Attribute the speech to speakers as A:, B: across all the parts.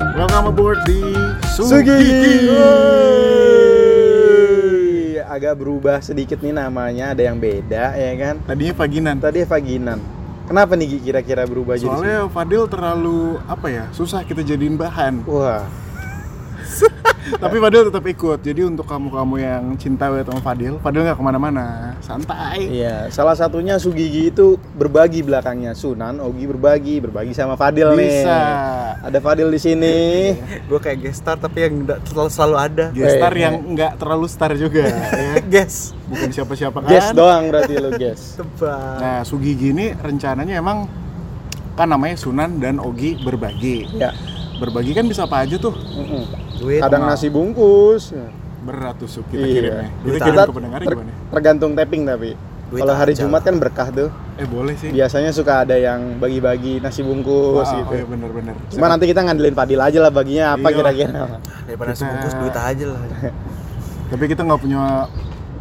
A: mabur di
B: Sugigi.
A: Sugigi.
B: Agak berubah sedikit nih namanya, ada yang beda ya kan.
A: Tadinya Paginan.
B: Tadi Vaginan. Kenapa nih Gi, kira-kira berubah jadi?
A: Soalnya Fadil terlalu apa ya? Susah kita jadiin bahan.
B: Sugigi? Wah,
A: Tapi Fadil tetap ikut. Jadi untuk kamu-kamu yang cinta banget sama Fadil, Fadil nggak kemana-mana. Santai.
B: iya. Salah satunya Sugigi itu berbagi belakangnya. Sunan, Ogi berbagi, berbagi sama Fadil nih.
A: Bisa.
B: Ada Fadil di sini.
C: gue kayak guest star tapi yang nggak selalu, selalu ada
A: Gestar
B: Eh,
A: yang nggak terlalu star juga. ya.
C: guest
A: Bukan siapa-siapa kan.
B: Guess doang berarti lo guess.
C: tebak
A: Nah, Sugigi ini rencananya emang kan namanya Sunan dan Ogi berbagi.
B: Ya.
A: Berbagi kan bisa apa aja tuh.
B: mm-mm.
C: duit
B: Kadang
A: Nah.
B: nasi bungkus.
A: Berat tuh Sug, kita
B: Iya.
A: kirimnya. Kita
C: Duit
A: kirim
B: Kita
A: ke pendengar
B: ter-
A: gimana?
B: tergantung tapping tapi.
C: Duit
B: Kalau hari
C: aja
B: Jumat
C: lah.
B: kan berkah tuh.
A: Eh boleh sih.
B: Biasanya suka ada yang bagi-bagi nasi
A: Wah,
B: bungkus gitu.
A: Oh iya bener-bener.
B: Cuma nanti kita ngandelin Fadil aja lah baginya apa
A: Iya.
B: kira-kira.
C: daripada
A: Kita-
C: sebungkus duit aja lah
A: Tapi kita nggak punya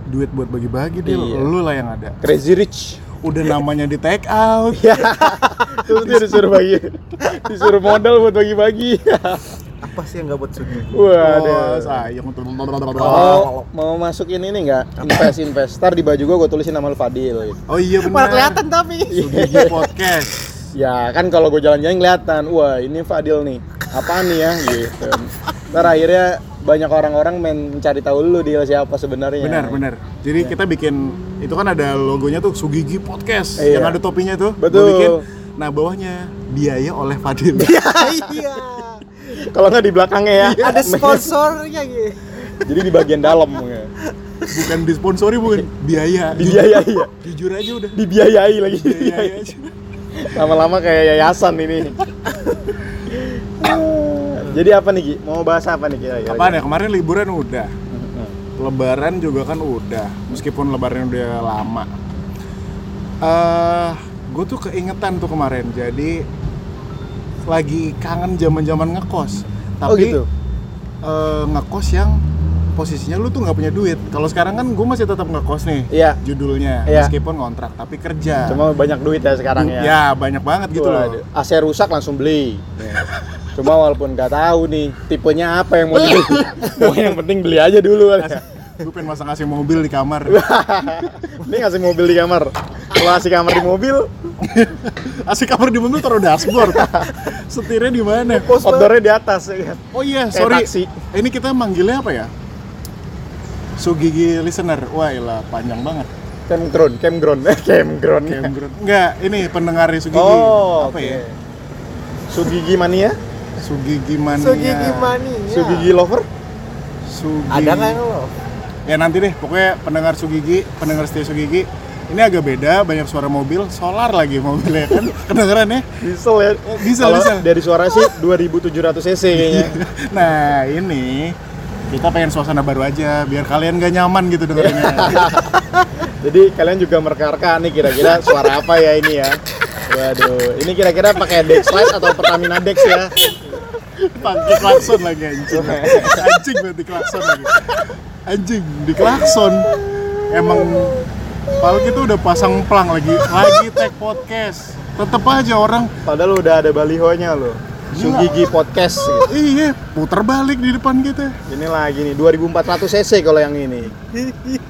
A: duit buat bagi-bagi deh,
B: Iya.
A: lu lah yang ada.
B: Crazy Rich.
A: Udah namanya di take out.
B: Ya. Terus dia disuruh bagi. Disuruh modal buat bagi-bagi.
C: apa sih yang nggak buat sugi
A: Wah,
B: Waduh.
A: Oh,
B: Oh.
A: sayang.
B: Mau mau masuk ini nih enggak? Invest invest. Ntar di baju gua gua tulisin nama lu Fadil. gitu.
A: Oh iya bener.
C: malah kelihatan tapi
A: Sugigi Podcast.
B: Ya kan kalau gua jalan-jalan kelihatan, wah ini Fadil nih. Apaan nih ya gitu. Ntar akhirnya banyak orang-orang men- mencari tahu lu dia siapa sebenarnya.
A: Benar, benar. Jadi
B: Iya.
A: kita bikin itu kan ada logonya tuh Sugigi Podcast
B: Iya.
A: yang ada topinya tuh. Gua
B: Betul.
A: bikin. Nah, bawahnya biaya oleh Fadil.
C: iya
B: Kalau nggak di belakangnya ya.
C: ada sponsornya gitu
B: Jadi di bagian dalam. ya.
A: bukan disponsori,
B: Iya.
A: bukan biaya.
B: Dibiayai ya.
A: Jujur aja udah.
B: Dibiayai lagi.
A: Biayai
B: iya.
A: aja.
B: Lama-lama kayak yayasan ini. Jadi apa nih Ki? Mau bahas apa nih kira-kira?
A: Apaan ya? Kemarin liburan udah.
B: Nah,
A: Lebaran juga kan udah, meskipun Lebaran udah lama. eh gue tuh keingetan tuh kemarin, jadi lagi kangen zaman-zaman ngekos. Tapi
B: Oh gitu.
A: eh, ngekos yang posisinya lu tuh nggak punya duit. Kalau sekarang kan gue masih tetap ngekos nih,
B: Iya.
A: judulnya
B: Iya.
A: meskipun kontrak tapi kerja.
B: Cuma banyak duit ya
A: Du-
B: sekarang ya.
A: ya banyak banget gitu loh.
B: Waduh,
A: Iya.
B: AC rusak langsung beli. Cuma walaupun nggak tahu nih tipenya apa yang mau beli. Pokoknya yang penting beli aja dulu. kali ya.
A: Gue pengen masang AC mobil di kamar.
B: Ini ngasih mobil di kamar. Kalau ngasih kamar di mobil,
A: AC kamar di mobil taruh dashboard. Setirnya di mana?
B: outdoornya di atas. ya kan?
A: Oh iya,
B: Kayak
A: sorry.
B: taksi.
A: Ini kita manggilnya apa ya? Sugigi listener. Wah, elah panjang banget.
B: Campground, campground, campground.
A: Campground. Enggak, ini pendengar Sugigi.
B: Oh,
A: apa
B: oke.
A: ya? Iya.
B: Sugigi mania,
A: Sugigi mania.
C: sugi
B: Iya.
C: gimana
B: Sugigi lover.
A: Sugi-
C: ada nggak yang lo
A: Ya nanti deh, pokoknya pendengar Sugigi, pendengar setia Sugigi. Ini agak beda, banyak suara mobil, solar lagi mobilnya kan. Kedengeran ya?
B: Diesel ya.
A: diesel,
B: Kalau
A: diesel.
B: Dari suara sih 2700 cc kayaknya.
A: Nah, ini kita pengen suasana baru aja, biar kalian gak nyaman gitu dengerinnya.
B: Jadi kalian juga mereka nih kira-kira suara apa ya ini ya. Waduh, ini kira-kira pakai Dex Light atau Pertamina Dex ya?
A: Pakai klakson lagi anjing. Anjing berarti klakson lagi. Anjing di klakson. Emang Padahal kita udah pasang pelang lagi lagi tag podcast. Tetep aja orang
B: Padahal udah ada balihonya loh. Sugigi Podcast. gitu.
A: iya puter balik di depan kita.
B: Ini lagi nih 2400 cc kalau yang ini.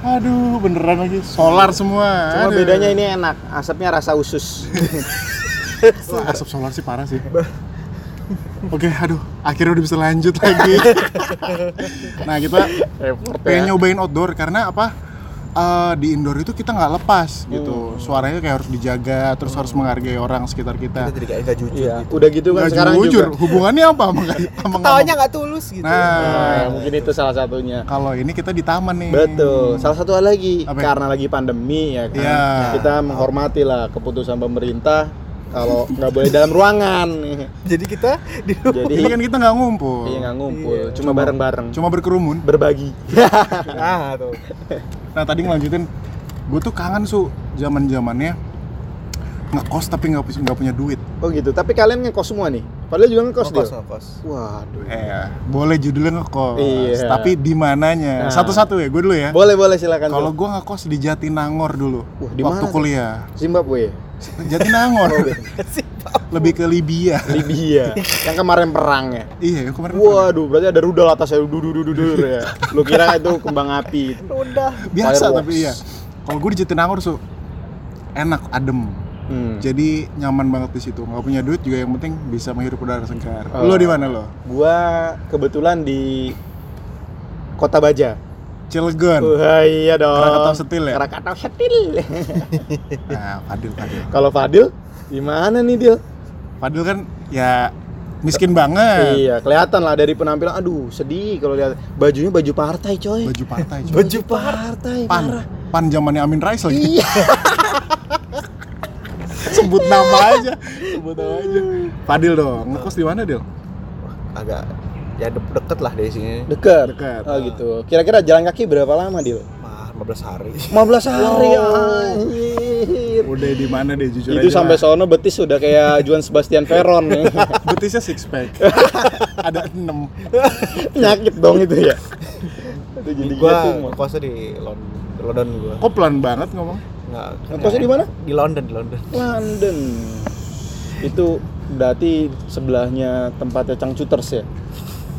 A: Aduh beneran lagi solar semua.
B: Cuma
A: Aduh.
B: bedanya ini enak, asapnya rasa usus.
A: Wah, asap solar sih parah sih. Oke, aduh, akhirnya udah bisa lanjut lagi. nah, kita
B: Repot
A: pengen nyobain outdoor karena apa eh, di indoor itu kita nggak lepas
B: Hmm.
A: gitu suaranya kayak harus dijaga terus harus menghargai orang sekitar
C: kita
A: kita
C: jadi kayak nggak jujur
B: Iya, udah gitu kan
A: Nggak
B: sekarang
A: jujur
B: juga.
A: hubungannya apa sama sama
C: tawanya
A: ngomong?
C: nggak tulus gitu
A: nah
B: Nah, mungkin itu salah satunya.
A: kalau ini kita di taman nih
B: Betul. Salah satu hal lagi
A: Apa ya?
B: karena lagi pandemi ya kan.
A: Iya.
B: Kita menghormati lah keputusan pemerintah kalau nggak boleh dalam ruangan.
C: jadi kita di
B: Jadi
A: ini kan kita nggak ngumpul
B: iya nggak ngumpul,
C: Iya.
B: cuma bareng-bareng.
A: cuma berkerumun
B: berbagi.
C: nah tuh
A: nah tadi ngelanjutin gue tuh kangen su zaman zamannya ngekos tapi nggak pu- nggak punya duit
B: Oh gitu. Tapi kalian ngekos semua nih. Padahal juga ngekos dia.
C: ngekos ngekos
B: Waduh.
A: eh boleh judulnya ngekos
B: Iya.
A: tapi di mananya
B: Nah.
A: satu-satu ya gue dulu ya
B: Boleh boleh silakan.
A: Kalau
B: Kan tuh.
A: gue ngekos di Jatinangor dulu,
B: Wah, di
A: waktu
B: mana tuh?
A: kuliah.
B: Zimbabwe.
A: Jatinangor.
B: Oh, be-
A: lebih ke Libya
B: Libya yang kemarin perang ya
A: iya kemarin perang.
B: waduh berarti ada rudal atasnya dududududur ya lu kira itu kembang api
C: udah
A: biasa
B: Fireworks.
A: tapi iya kalau gue di Jatinangor su enak adem
B: hmm.
A: jadi nyaman banget di situ nggak punya duit juga yang penting bisa menghirup udara segar
B: Oh.
A: lo di mana lo
B: gua kebetulan di kota Baja
A: Cilegon
B: Wah, iya dong
A: Krakatau Setil ya?
B: Krakatau Setil
A: nah Fadil Fadil
B: kalau Fadil gimana nih Dil?
A: Fadil kan ya miskin banget
B: Iya, kelihatan lah dari penampilan. Aduh, sedih kalau lihat bajunya baju partai, coy.
A: baju partai cuy.
B: Baju partai,
A: pan
B: parah.
A: pan zamannya Amin Rais lagi
B: Iya.
A: sebut nama aja sebut nama aja Fadil dong ngekos di mana Dil
B: Iya.
C: agak ya de- deket lah dari sini
B: Dekat.
A: Dekat.
B: Oh, gitu. Kira-kira jalan kaki berapa lama, Dil?
C: mah 15 hari
B: 15 hari. anjir.
A: udah di mana deh jujur
B: Itu
A: aja
B: sampai
A: lah.
B: sono betis sudah kayak Juan Sebastian Veron. ya.
A: betisnya six pack ada enam
B: Nyakit dong itu ya. Itu jadi gitu.
C: gua
B: Mon.
C: kosnya di London London gua
A: kok pelan banget ngomong
C: nggak
B: Kosnya di mana?
C: di London di London
B: London. Itu berarti sebelahnya tempatnya Cangcuters ya.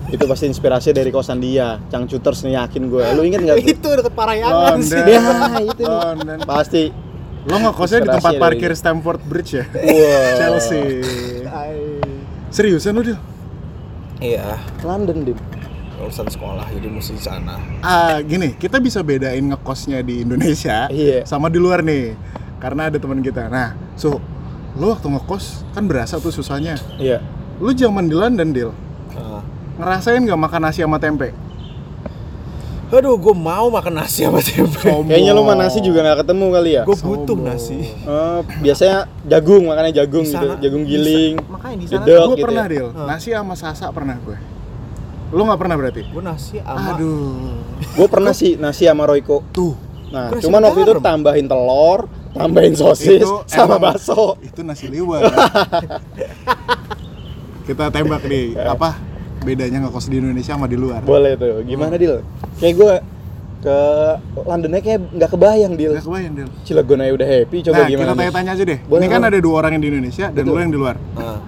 B: Itu pasti inspirasi dari kosan dia. Cangcuters nih yakin gue. Lu inget nggak? tuh?
C: itu deket Parayangan sih
A: London
B: Ya, itu.
A: London
B: Pasti.
A: lo ngekosnya di
B: Inspirasi
A: tempat
B: dari-
A: parkir Stamford Bridge ya
B: Wow.
A: Chelsea
C: Ay.
A: seriusan lo Dil
C: iya
B: London dim.
C: urusan sekolah jadi mesti di sana
A: Ah, gini, kita bisa bedain ngekosnya di Indonesia
B: Iya.
A: sama di luar nih. Karena ada teman kita. Nah, so lu waktu ngekos kan berasa tuh susahnya.
B: Iya.
A: Lu zaman di London, Dil,
C: Ah.
A: ngerasain nggak makan nasi sama tempe?
C: aduh gua mau makan nasi sama tempe
B: Kayaknya lu mana sih juga nggak ketemu kali ya.
C: gua butuh nasi
B: Eh, biasanya jagung makanya jagung
C: Di
B: gitu,
C: sana-
B: jagung
C: di
B: giling.
C: sa- makanya di
B: di
C: sana
B: dok
A: Gue
B: gitu
A: pernah,
B: ya.
A: Dil.
C: Ah.
A: Nasi sama sasa pernah gue. Lu nggak pernah berarti?
C: gua nasi sama
A: Aduh.
B: Gue pernah sih nasi sama Royco.
A: Tuh,
B: Nah,
C: Nasi
B: cuman waktu itu
C: garam.
B: tambahin telur, tambahin sosis,
A: Itu
B: sama
A: emang-
B: bakso.
A: itu nasi liwet. kita tembak nih, apa bedanya ngekos di Indonesia sama di luar?
B: Eh. Boleh tuh. Gimana Dil? Kayak gue ke Londonnya kayak nggak kebayang Dil.
A: Gak kebayang, Dil.
B: Cilegon aja udah happy, coba
A: nah,
B: gimana?
A: kita
B: nih?
A: tanya-tanya aja deh.
B: Boleh,
A: Ini kan
B: boleh.
A: ada dua orang yang di Indonesia dan
B: Betul.
A: lu yang di luar.
C: Ah.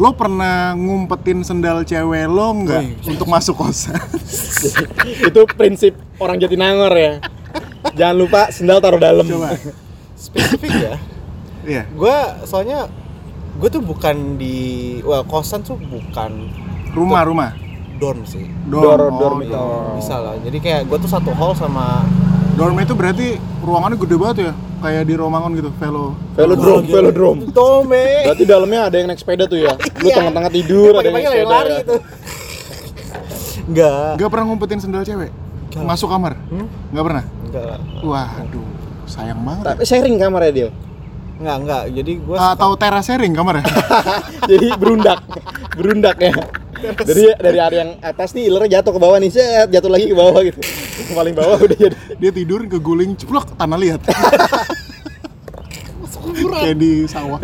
A: Lo pernah ngumpetin sendal cewek lo nggak
C: Wih.
A: untuk masuk kosan?
B: itu prinsip orang Jatinangor ya. Jangan lupa sendal taruh dalam.
A: Coba.
C: spesifik ya
A: Iya.
C: gue soalnya gue tuh bukan di wah kosan tuh bukan
A: Rumah, rumah.
C: dorm sih
B: Dor,
A: oh,
B: dorm itu.
A: dorm.
C: bisa lah jadi kayak gue tuh satu hall sama
A: Dorm itu berarti ruangannya gede banget ya, kayak di Romangun gitu, velo.
B: Velodrome, velodrome.
C: Tome
B: Berarti dalamnya ada yang naik sepeda tuh ya. Lu
C: Iya.
B: tengah-tengah tidur, ada yang
C: pagi-pagi
B: naik
C: lari
B: sepeda.
C: lari itu enggak
A: Gak pernah ngumpetin sendal cewek?
C: Nggak.
A: Masuk kamar?
C: Hmm?
A: Nggak pernah?
C: enggak lah
A: Waduh, sayang banget.
B: Tapi sharing kamarnya Dil.
C: enggak enggak jadi gue
A: Atau Eh, teras sharing kamar ya?
B: Jadi berundak, berundak ya. Dari dari area yang atas nih ilernya jatuh ke bawah nih, set jatuh lagi ke bawah gitu. Yang paling bawah udah jadi.
A: Dia tidur keguling ceplok tanah liat. kayak di sawah.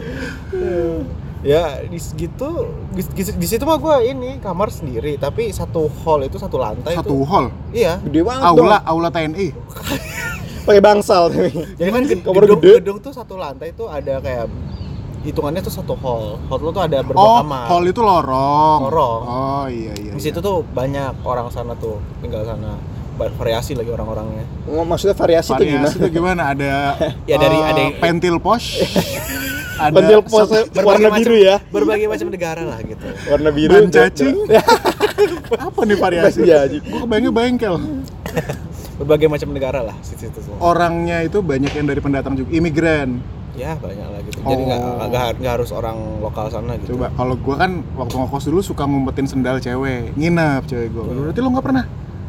C: ya di gitu di, di- di situ mah gue ini kamar sendiri tapi satu hall itu satu lantai
A: Satu
C: itu
A: hall.
C: iya
B: Gede banget.
A: Aula, aula TNI.
B: dong. Pakai bangsal tapi.
C: Jadi kan ged-
B: Kamar
C: gedung,
B: gede.
C: gedung tuh satu lantai tuh ada kayak hitungannya tuh satu hall. Hall lu tuh ada berapa
A: Oh,
C: kamar.
A: hall itu lorong.
C: Lorong.
A: Oh iya iya.
C: Di
A: iya.
C: situ tuh banyak orang sana tuh tinggal sana. Ba- Variasi lagi orang-orangnya.
B: Nggak, Maksudnya variasi itu
A: Variasi
B: gimana?
A: itu gimana? Ada
C: Ya, dari-
A: eh,
C: ada yang-
A: pentil posh, ada
B: Pentil pos
A: sep-
B: warna
C: macam-
B: biru ya.
C: Berbagai macam negara lah gitu.
B: Warna biru.
A: ban
B: udah-
A: cacing. Apa nih variasi?
B: Ban cacing.
A: Gue kebayangnya bengkel.
C: Berbagai macam negara lah di situ semua.
A: Orangnya itu banyak yang dari pendatang juga, imigran.
C: Ya banyak lah gitu. Jadi nggak
A: Oh.
C: nggak har- nggak harus orang lokal sana gitu.
A: Coba kalau gua kan waktu ngekos dulu suka ngumpetin sendal cewek, nginep cewek gua.
C: Iya.
A: Berarti lo nggak pernah?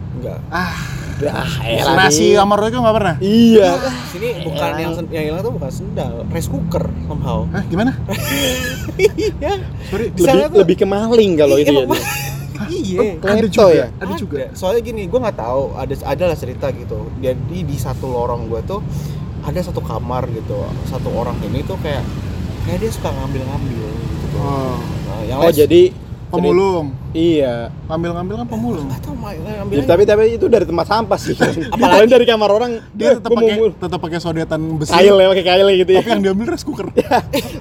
C: Enggak.
A: Ah,
B: Dah,
C: Iya
B: elah,
A: nasi
B: Dil.
A: sama Royko nggak pernah?
B: Iya.
C: Sini bukan yang sen- yang hilang tuh bukan sendal, rice cooker somehow.
A: Hah, gimana?
C: Iya.
A: Sorry,
C: Di sana
B: Lebih
C: tuh-
B: lebih ke maling kalau itu ya.
C: Iya,
B: Dil.
C: Iya.
A: ada
B: Klepto
A: juga,
B: ya?
A: Oh, ada juga.
C: soalnya gini gue nggak tahu ada ada lah cerita gitu jadi di satu lorong gue tuh ada satu kamar gitu satu orang ini tuh kayak kayak dia suka ngambil ngambil gitu
A: Oh,
C: nah, yang
B: Oh,
C: lain-
B: jadi
A: pemulung
B: Iya.
A: ngambil-ngambil kan pemulung
C: Gak tau Mai, ngambil
B: Ya,
C: aja.
B: tapi tapi itu dari tempat sampah sih. Apalagi dari kamar orang
A: dia
B: eh,
A: tetap
B: gua mau
A: pakai
B: mul-
A: tetap pakai sodetan besi
B: kail ya pakai kail gitu ya.
A: tapi yang diambil rice cooker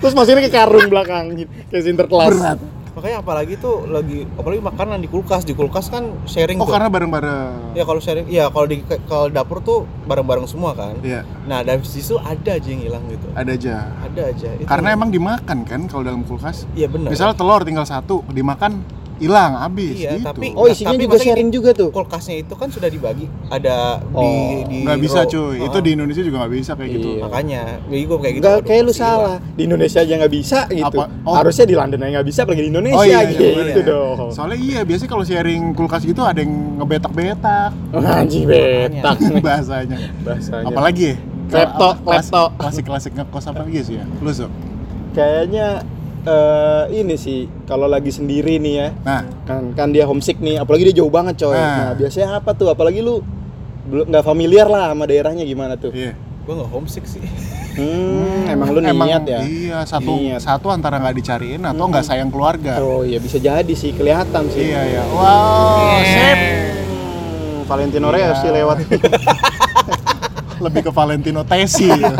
B: Terus masukin ke karung belakang gitu. Kayak sinterklas.
A: berat Oh,
C: Makanya apalagi tuh lagi apalagi makanan di kulkas, di kulkas kan sharing
A: oh
C: tuh.
A: karena bareng-bareng
C: Ya kalau sharing, ya kalau di kalau dapur tuh bareng-bareng semua kan.
A: iya
C: Nah, dari situ ada aja yang hilang gitu.
A: ada aja
C: Ada aja. Itu-
A: karena emang dimakan kan kalau dalam kulkas
C: Iya benar.
A: misalnya telur tinggal satu dimakan hilang habis
C: Iya,
A: gitu
C: tapi-
B: Oh isinya
C: Tapi
B: juga
C: maksudnya gitu.
B: sharing juga tuh.
C: kulkasnya itu kan sudah dibagi ada di
B: Oh,
C: di
A: nggak bisa
C: row.
A: cuy itu
C: Heeh.
A: di Indonesia juga nggak bisa kayak gitu
B: Iya.
C: makanya jadi gue kayak gitu
B: Enggak
C: aduh,
B: kayak lu
C: pasti hilang.
B: salah. Di Indonesia aja nggak bisa gitu.
A: Apa? Oh.
B: Harusnya di London aja nggak bisa, pergi di Indonesia
A: Oh, iya, iya,
B: gitu
C: iya.
B: dong.
A: soalnya iya biasanya kalau sharing kulkas gitu ada yang ngebetak-betak
B: Oh, anjing betak nih
A: bahasanya
B: bahasanya.
A: apalagi ya
B: Klepto, klepto.
A: klasik klasik ngekos apa gitu ya lu Zul?
B: Kayaknya eh, ini sih kalau lagi sendiri nih ya.
A: nah
B: Kan kan dia homesick nih, apalagi dia jauh banget coy.
A: Nah.
B: Nah, biasanya apa tuh? Apalagi lu belum nggak familiar lah sama daerahnya gimana tuh.
A: iya
C: gue nggak homesick sih
B: Hmm, emang lu niat ya.
A: iya satu
B: Niat.
A: satu antara nggak dicariin atau nggak sayang keluarga
B: Oh iya bisa jadi sih kelihatan sih.
A: iya iya wow sip
B: Hmm, Valentino
A: Iya.
B: Rossi lewat.
A: lebih ke Valentino Tesi Sebel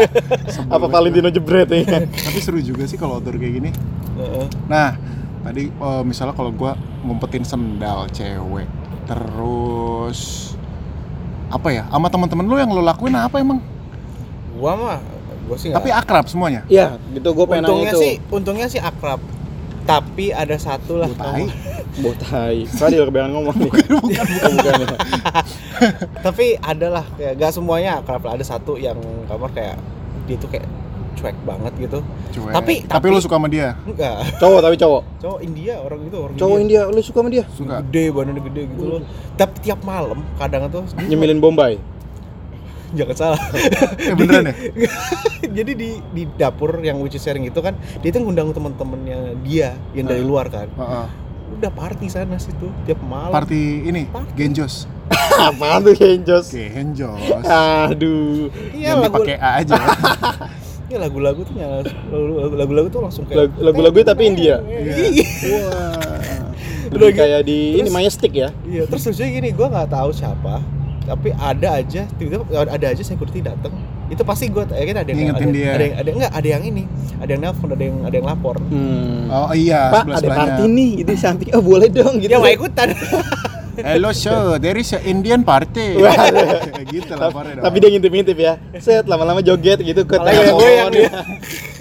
B: apa
A: banget.
B: Valentino jebret ya?
A: tapi seru juga sih kalau outdoor kayak gini
C: Heeh.
A: nah tadi eh, misalnya kalau gua ngumpetin sendal cewek terus apa ya sama teman-teman lu yang lu lakuin apa emang
C: gua mah gua sih
A: tapi
C: nggak
A: akrab semuanya
B: Iya, gitu gue pengen nanya
C: untungnya
B: itu.
C: sih untungnya sih akrab tapi ada satu lah
A: Tai.
C: kamu-
B: Botai. Fadil kebanyakan ngomong nih. Bukan, bukan, bukan.
C: tapi ada lah kayak gak semuanya akrab lah ada satu yang kamar kayak dia tuh kayak cuek banget gitu
A: Cuek.
C: Tapi-
A: tapi
C: tapi-
A: lu suka sama dia
C: enggak
B: Cowok tapi cowok.
C: cowok India orang itu orang
B: Cowok India, lu suka sama dia?
A: suka
C: gede badannya gede gitu loh tapi tiap malam kadang tuh
B: Nyemilin Bombay.
C: jangan salah
A: eh beneran ya
C: jadi di di dapur yang which is sharing itu kan dia tuh ngundang teman-temannya dia yang
A: Ah.
C: dari luar kan
A: Heeh.
C: udah party sana situ tiap malam
A: party ini
C: Party.
A: genjos
B: Apaan tuh Kenjos?
A: genjos
B: Iya, Aduh.
C: iya
A: yang
C: lagu
A: dipakai A aja ya.
C: iya, lagu-lagu tuh nyala lagu- lagu-lagu tuh langsung kayak
B: Lagu- Lagu-lagu tapi India.
A: Iya.
B: Lebih
C: Lagi-
B: kayak di ini
C: terus-
B: Maya Stick ya.
C: iya terus lucunya gini gua nggak tahu siapa tapi ada aja tiba-tiba ada aja security datang itu pasti gue kayaknya ada yang ada,
A: Ngingetin dia.
C: ada yang ada enggak ada yang ini ada yang nelpon ada yang ada yang lapor
B: Hmm.
A: oh iya
B: Pak,
A: sebelah
B: ada party
A: sebelahnya
B: nih gitu di samping. Oh, boleh dong gitu.
C: dia mau ikutan
A: hello sir there is a Indian party Kayak gitu lah
B: tapi,
A: dong
B: Iya. tapi dia ngintip-ngintip ya. Set lama-lama joget gitu ke
C: Kepalanya
B: tengah
C: goyang
B: pohon.
C: dia.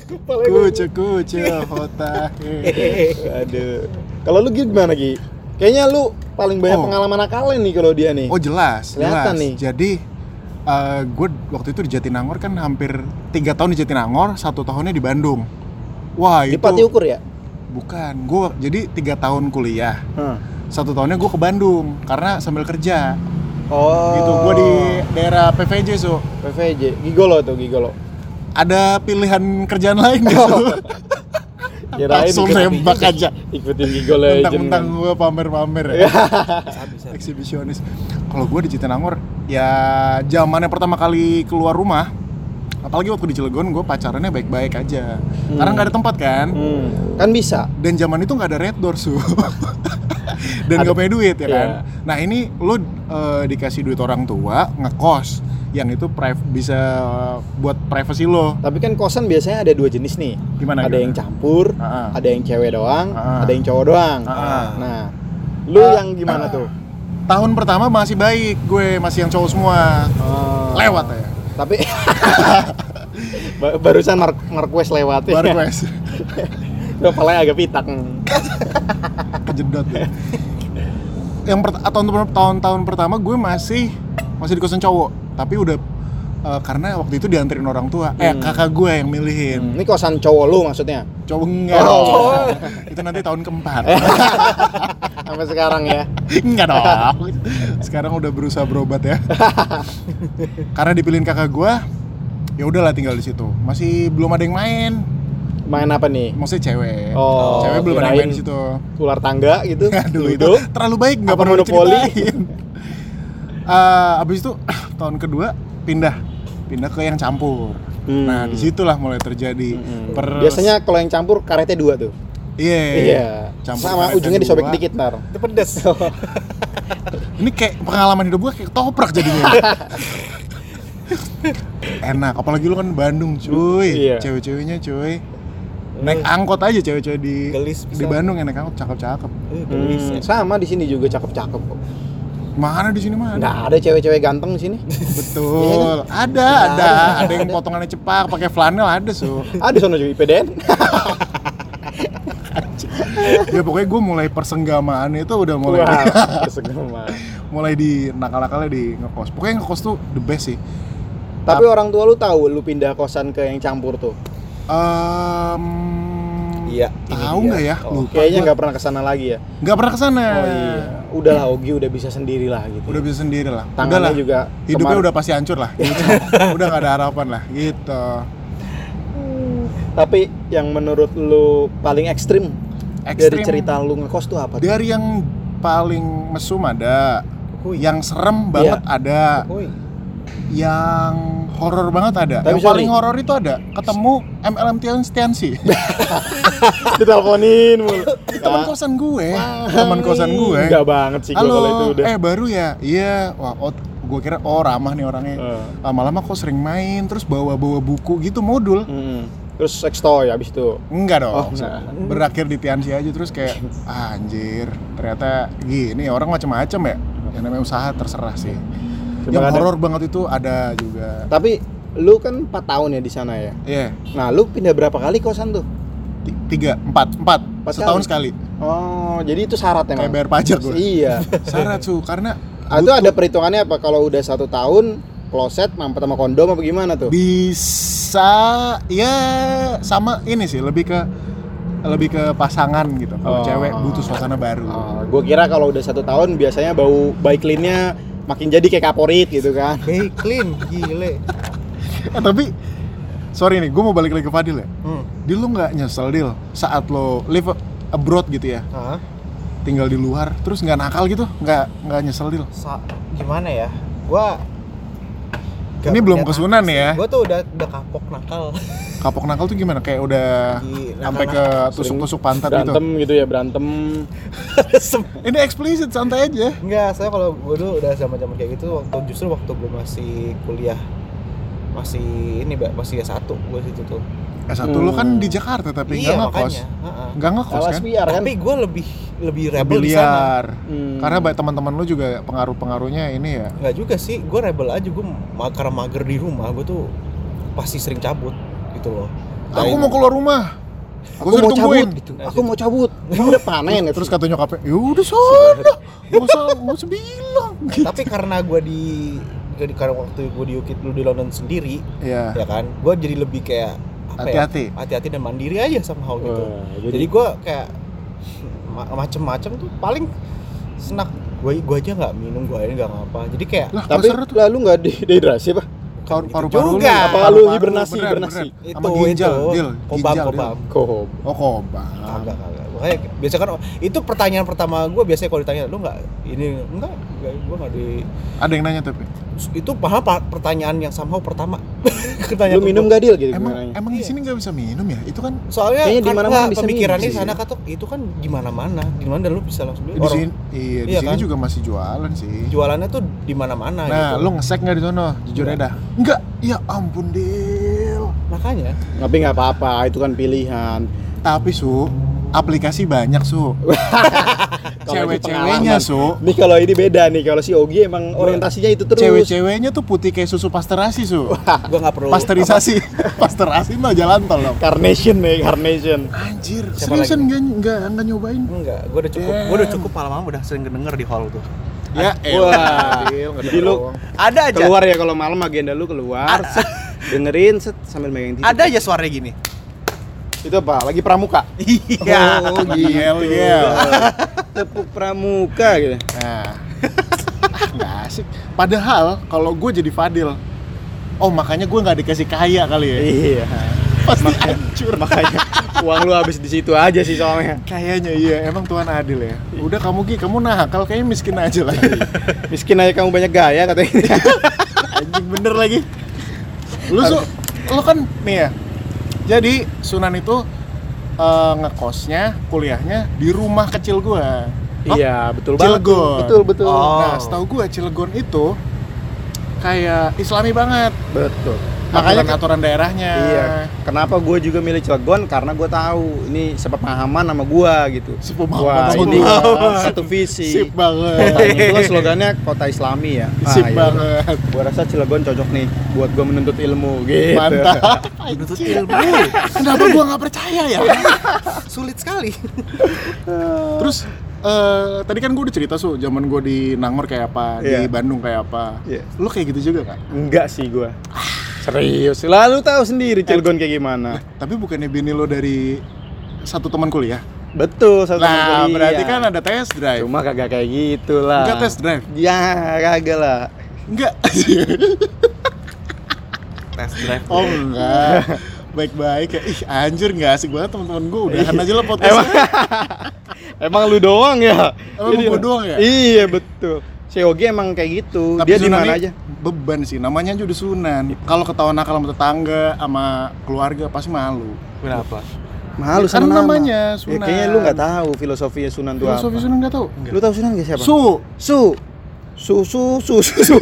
C: Kepalanya goyang.
A: kuce kuce hota
B: Aduh. Kalau lu gimana Gi? Kayaknya lu paling banyak
A: Oh.
B: pengalaman akalnya nih kalau dia nih.
A: oh jelas jelas
B: Kelihatan nih.
A: jadi gue waktu itu di Jatinangor kan hampir tiga tahun di Jatinangor satu tahunnya di Bandung wah itu
B: di Pati Ukur ya?
A: bukan gue jadi tiga tahun kuliah
B: Hah.
A: satu tahunnya gue ke Bandung karena sambil kerja
B: Oh.
A: gitu gue di daerah PVJ so
B: PVJ, gigolo tuh gigolo.
A: ada pilihan kerjaan lain gitu langsung
B: ikut-
A: nembak aja
B: Ikutin gigolo aja.
A: mentang-mentang gue pamer-pamer ya eksibisionis kalau gue di Citenangor ya zamannya pertama kali keluar rumah apalagi waktu di Cilegon gue pacarannya baik-baik aja karena nggak ada tempat kan
B: Hmm. Kan bisa.
A: dan zaman itu nggak ada red door su dan nggak punya duit ya kan
B: Iya.
A: nah ini lo eh, dikasih duit orang tua ngekos yang itu priv- bisa buat privacy lo
B: Tapi kan kosan biasanya ada dua jenis nih.
A: Gimana,
B: Ada
A: gimana?
B: yang campur,
A: Ah, ah.
B: ada yang cewek doang,
A: Ah.
B: ada yang cowok doang.
A: Ah.
B: Nah, lu yang gimana tuh?
A: tahun pertama masih baik gue masih yang cowok semua lewat ya
B: Tapi Ba- barusan Mark Marquez lewat ya.
A: baru gue
B: Kepalanya agak pitak. Hmm,
A: kejedot deh. Yang pert- ah, tahun tahun-tahun pertama gue masih masih di kosan cowok, tapi udah eh, karena waktu itu dianterin orang tua. Eh kakak gue yang milihin.
B: Ini kosan cowok lu maksudnya.
A: Cowok enggak.
B: Hmm. Oh.
A: dong. itu nanti tahun keempat.
B: Sampai sekarang ya.
A: enggak dong. Sekarang udah berusaha berobat ya. karena dipilihin kakak gue, ya udahlah tinggal di situ. Masih belum ada yang main.
B: Main apa nih?
A: Maksudnya cewek.
B: Oh,
A: cewek belum ada yang main
B: kirain.
A: di situ.
B: Ular tangga gitu.
A: Aduh itu
B: Ludo.
A: terlalu baik nggak
B: Apa
A: perlu
B: monopoli?
A: diceritain. Eh, abis itu tahun kedua pindah pindah ke yang campur.
B: Hmm.
A: Nah disitulah mulai terjadi.
B: Hmm.
A: Per-
B: Biasanya kalau yang campur karetnya dua tuh.
A: iya
B: Iya.
A: campur
B: sama
A: karetnya
B: ujungnya disobek
A: dua.
B: dikit ntar
C: Itu pedes.
A: ini kayak pengalaman hidup gue kayak toprak jadinya enak apalagi lu kan Bandung cuy
B: Iya. Hmm.
A: cewek-ceweknya cuy naik angkot aja cewek-cewek di
C: Gelis
A: di
C: pisan.
A: Bandung yang naik angkot cakep-cakep
C: Eh, gelis
B: Hmm,
C: ya.
B: sama di sini juga cakep-cakep kok.
A: mana di sini mana
B: Nggak ada cewek-cewek ganteng di sini. Iya.
A: betul ada ada ada yang potongannya cepak pakai flanel ada su
B: Ada sono juga IPDN.
A: ya pokoknya gue mulai persenggamaan itu udah mulai
B: Wah, kesegama.
A: mulai di nakal-nakalnya di ngekos pokoknya ngekos tuh the best sih
B: Tapi orang tua lu tahu lu pindah kosan ke yang campur tuh.
A: Em,
C: Iya, ini
A: tahu
C: dia.
A: nggak ya
C: Oh,
A: lupa
B: Kayaknya
A: gua.
B: nggak pernah kesana lagi ya.
A: nggak pernah kesana
B: Oh iya. Udahlah Ogi udah bisa sendiri lah gitu.
A: udah bisa sendiri lah udah
B: Tangannya
A: lah
B: juga
A: hidupnya
B: kemar-
A: udah pasti hancur lah gitu. udah nggak ada harapan lah gitu
B: Tapi yang menurut lu paling ekstrim, dari
A: Ekstrim.
B: cerita lu ngekos tuh apa? tuh?
A: dari yang paling mesum ada
C: Kuy. ya.
A: yang serem banget
B: Iya.
A: ada
C: Kuy.
A: yang horor banget ada
B: Tapi
A: yang
B: sorry.
A: paling horor itu ada ketemu MLM Tian Tiansi
B: Diteleponin mulu.
A: teman kosan gue teman kosan gue
B: Enggak banget sih gua
A: halo
B: kalau itu udah.
A: eh baru ya iya wah oh, gue kira oh ramah nih orangnya
B: Eh.
A: lama-lama kok sering main terus bawa-bawa buku gitu modul
B: Mm-mm. Terus sextoy abis itu.
A: Enggak dong.
B: Oh, enggak.
A: Berakhir di Tiansi aja terus kayak "Ah, anjir, ternyata gini orang macam-macam ya. Yang namanya usaha terserah sih. yang
B: kadang-
A: horor banget itu ada juga.
B: Tapi lu kan 4 tahun ya di sana ya.
A: Iya,
B: Nah, lu pindah berapa kali kosan tuh?
A: ti- tiga, empat, empat,
B: Empat
A: setahun sekali.
B: Oh, jadi itu syarat
A: Kayak
B: emang.
A: bayar pajak gue.
B: Iya.
A: Syarat su, karena
B: Ah, itu ada perhitungannya apa kalau udah satu tahun kloset mampet sama kondom apa gimana tuh?
A: bisa ya sama ini sih lebih ke lebih ke pasangan gitu. Kalau
B: Oh.
A: cewek butuh suasana baru.
B: Oh, gue kira kalau udah satu tahun biasanya bau baiklinnya makin jadi kayak kaporit gitu kan.
C: Hey, clean, gile.
A: Eh, tapi sorry nih, gue mau balik lagi ke Fadil ya.
C: Hmm.
A: Dil lu nggak nyesel Dil saat lo live abroad gitu ya
C: Hah?
A: tinggal di luar terus nggak nakal gitu nggak nggak nyesel Dil
C: Sa- gimana ya? Gua
A: ini belum kesunan ya
C: Gue tuh udah udah kapok nakal.
A: kapok nakal tuh gimana kayak udah
C: Di
A: sampai ke
C: nakal-nakal.
A: tusuk-tusuk pantat
B: Berantem
A: gitu
B: gitu ya, berantem.
A: ini eksplisit santai aja
C: Enggak, saya kalau gue dulu udah zaman zaman kayak gitu waktu justru waktu gue masih kuliah masih ini Mbak, masih S1 gue situ tuh. Iya,
A: S1
B: Hmm. Iya,
A: lu kan di Jakarta tapi nggak ngekos
C: Heeh.
A: nggak ngekos
B: Kawas
A: kan
B: biar kan.
C: Tapi gue lebih lebih rebel di sana.
A: biliar
B: Hmm.
A: karena ba- teman-teman lu juga pengaruh-pengaruhnya ini ya
C: Enggak juga sih, gue rebel aja gue karena mager di rumah gue tuh pasti sering cabut gitu loh.
A: aku
C: Lain-
A: mau keluar rumah
B: aku
A: gue sudah
B: mau cabut
A: tungguin
B: gitu. Aku mau cabut. Emang udah panen ya.
A: terus kan- kata nyokapnya yaudah sana gak usah gak usah bilang
C: Tapi karena gue di jadi karena waktu gue di UKIT dulu di London sendiri,
A: ya
C: ya kan, gue jadi lebih kayak apa ya,
A: hati-hati
C: hati-hati dan mandiri aja sama hal gitu.
B: Wah,
C: jadi gue kayak ma- macem-macem tuh paling senak gue gue aja nggak minum gue aja nggak ngapa jadi kayak
A: lah
B: tapi
A: kasar tuh
B: lalu nggak di dehidrasi apa?
A: Paru-
C: Gitu
A: paru-paru
C: juga.
A: apa
B: Apa lu hibernasi, hibernasi?
A: Sama ginjal, Dil.
C: kobam
A: Ginjal,
C: kobam
B: Kohob.
A: Dil. Oh, kobam.
C: kagak kagak makanya biasa kan itu pertanyaan pertama gue biasanya kalau ditanya lu nggak ini enggak gue nggak di
A: Ada yang nanya tapi.
C: itu paham pa- pertanyaan yang somehow pertama pertanyaan
B: Lu minum gak deal gitu
A: Emang
B: gimana?
A: emang di sini nggak bisa minum ya? Itu kan
C: soalnya
B: Kayaknya di
C: kan
B: mana-mana
C: nggak,
B: bisa minum
C: pemikirannya
B: sih.
C: sana kata itu kan di mana mana di mana dan lu bisa langsung beli
A: di sini iya di
C: Iya
A: sini
C: kan?
A: juga masih jualan sih.
C: jualannya tuh di mana mana
A: Nah,
C: gitu
A: lu ngesek nggak di sono? Jujur aja dah. Enggak. Ya ampun, Dil.
C: makanya
B: Tapi nggak apa-apa, itu kan pilihan.
A: Tapi, Su, aplikasi banyak, Su.
B: Kalau itu
A: Cewek-ceweknya,
B: pengalaman.
A: Su.
B: Nih kalau ini beda nih, kalau si Ogi emang
A: Iya.
B: orientasinya itu terus.
A: Cewek-ceweknya tuh putih kayak susu pasterasi, Su.
B: Ah,
C: gue nggak perlu
A: Pasterisasi. Pasterasi mah jalan tol dong.
B: Carnation nih, carnation.
A: Anjir,
C: Siapa
A: seriusan nggak nggak nggak nyobain?
C: Enggak, gue udah cukup, gue udah cukup malam-malam udah sering denger di hall tuh.
A: Ya,
B: eh. Wah, jadi lu
C: Ada aja,
B: keluar ya kalau malam agenda lu keluar, set, dengerin set sambil megang tidur.
C: ada aja suaranya gini.
B: Itu apa? Lagi pramuka.
A: Ya,
C: Iya.
A: Yel,
B: Oh,
A: yel.
B: Tepuk pramuka gitu.
A: Nah, Ah, nggak asik. Padahal kalau gue jadi Fadil, oh makanya gue nggak dikasih kaya kali ya.
B: Iya.
A: Pasti hancur
B: Makanya uang lu habis di situ aja sih soalnya.
A: Kayaknya iya, emang Tuhan adil
B: Iya.
A: ya. Udah kamu Gi, kamu nakal kayaknya miskin aja lah.
B: Miskin aja kamu banyak gaya katanya.
A: Anjing bener lagi. Lu su, lu kan nih ya. Jadi Sunan itu eh, ngekosnya, kuliahnya di rumah kecil gua.
D: Iya, betul banget.
A: Cilegon.
B: Betul betul.
C: Oh.
A: Nah, setahu gua Cilegon itu kayak Islami banget.
B: Betul.
A: Makanya
B: Makanya
A: aturan daerahnya.
B: Nah, iya. Kenapa gue juga milih Cilegon? Karena gue tahu ini sepemahaman sama gue gitu.
A: Sepemahaman
B: Wah
A: sama
B: ini
A: gua.
B: satu visi.
A: Sip
B: Kota
A: banget.
B: ini tuh kan slogannya kota Islami ya.
A: Sip
B: iya.
A: banget.
B: Gua rasa Cilegon cocok nih buat gue menuntut ilmu gitu.
A: Mantap.
C: Menuntut
A: Anjing.
C: ilmu.
A: Kenapa gua nggak percaya ya?
C: Sulit sekali.
A: Terus eh, tadi kan gue udah cerita su, zaman gue di Nangor kayak apa, di
B: Iya.
A: Bandung kayak apa.
B: Iya.
A: Lu kayak gitu juga kan?
B: Enggak sih gue. Serius, lalu tahu sendiri Cilegon kayak gimana.
A: Tapi bukannya bini lo dari satu teman kuliah?
B: Betul, satu
A: Nah,
B: kuliah.
A: berarti kan ada test drive.
B: Cuma kagak kayak gitu lah.
A: Enggak test drive.
B: Ya, kagak lah.
A: Enggak.
C: Tes drive.
A: oh,
B: ya?
A: enggak. Baik-baik ya. Ih, anjir enggak asik banget teman-teman gue.
B: Iya.
A: Udahan aja lo podcast.
B: Emang, emang lu doang ya?
A: Emang
B: Jadi-
A: gua doang ya?
B: Iya, betul. Si Yogi emang kayak gitu. Dia di
A: Sunan
B: mana
A: ini
B: aja?
A: Beban sih, namanya aja udah Sunan. Kalau ketahuan nakal sama tetangga, sama keluarga pasti malu.
C: Kenapa?
B: Malu
A: Ya, karena
B: sama nama.
A: namanya
B: Ya,
A: Sunan.
B: kayaknya lu nggak tahu filosofinya Sunan itu apa.
A: Filosofi Sunan enggak tahu.
B: Lu tahu Sunan nggak siapa?
A: Su,
B: Su. Su su su su. su.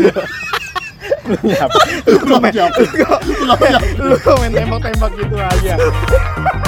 B: lu nyapa.
A: belum jawab. Belum jawab.
B: Lu komen tembak-tembak gitu aja.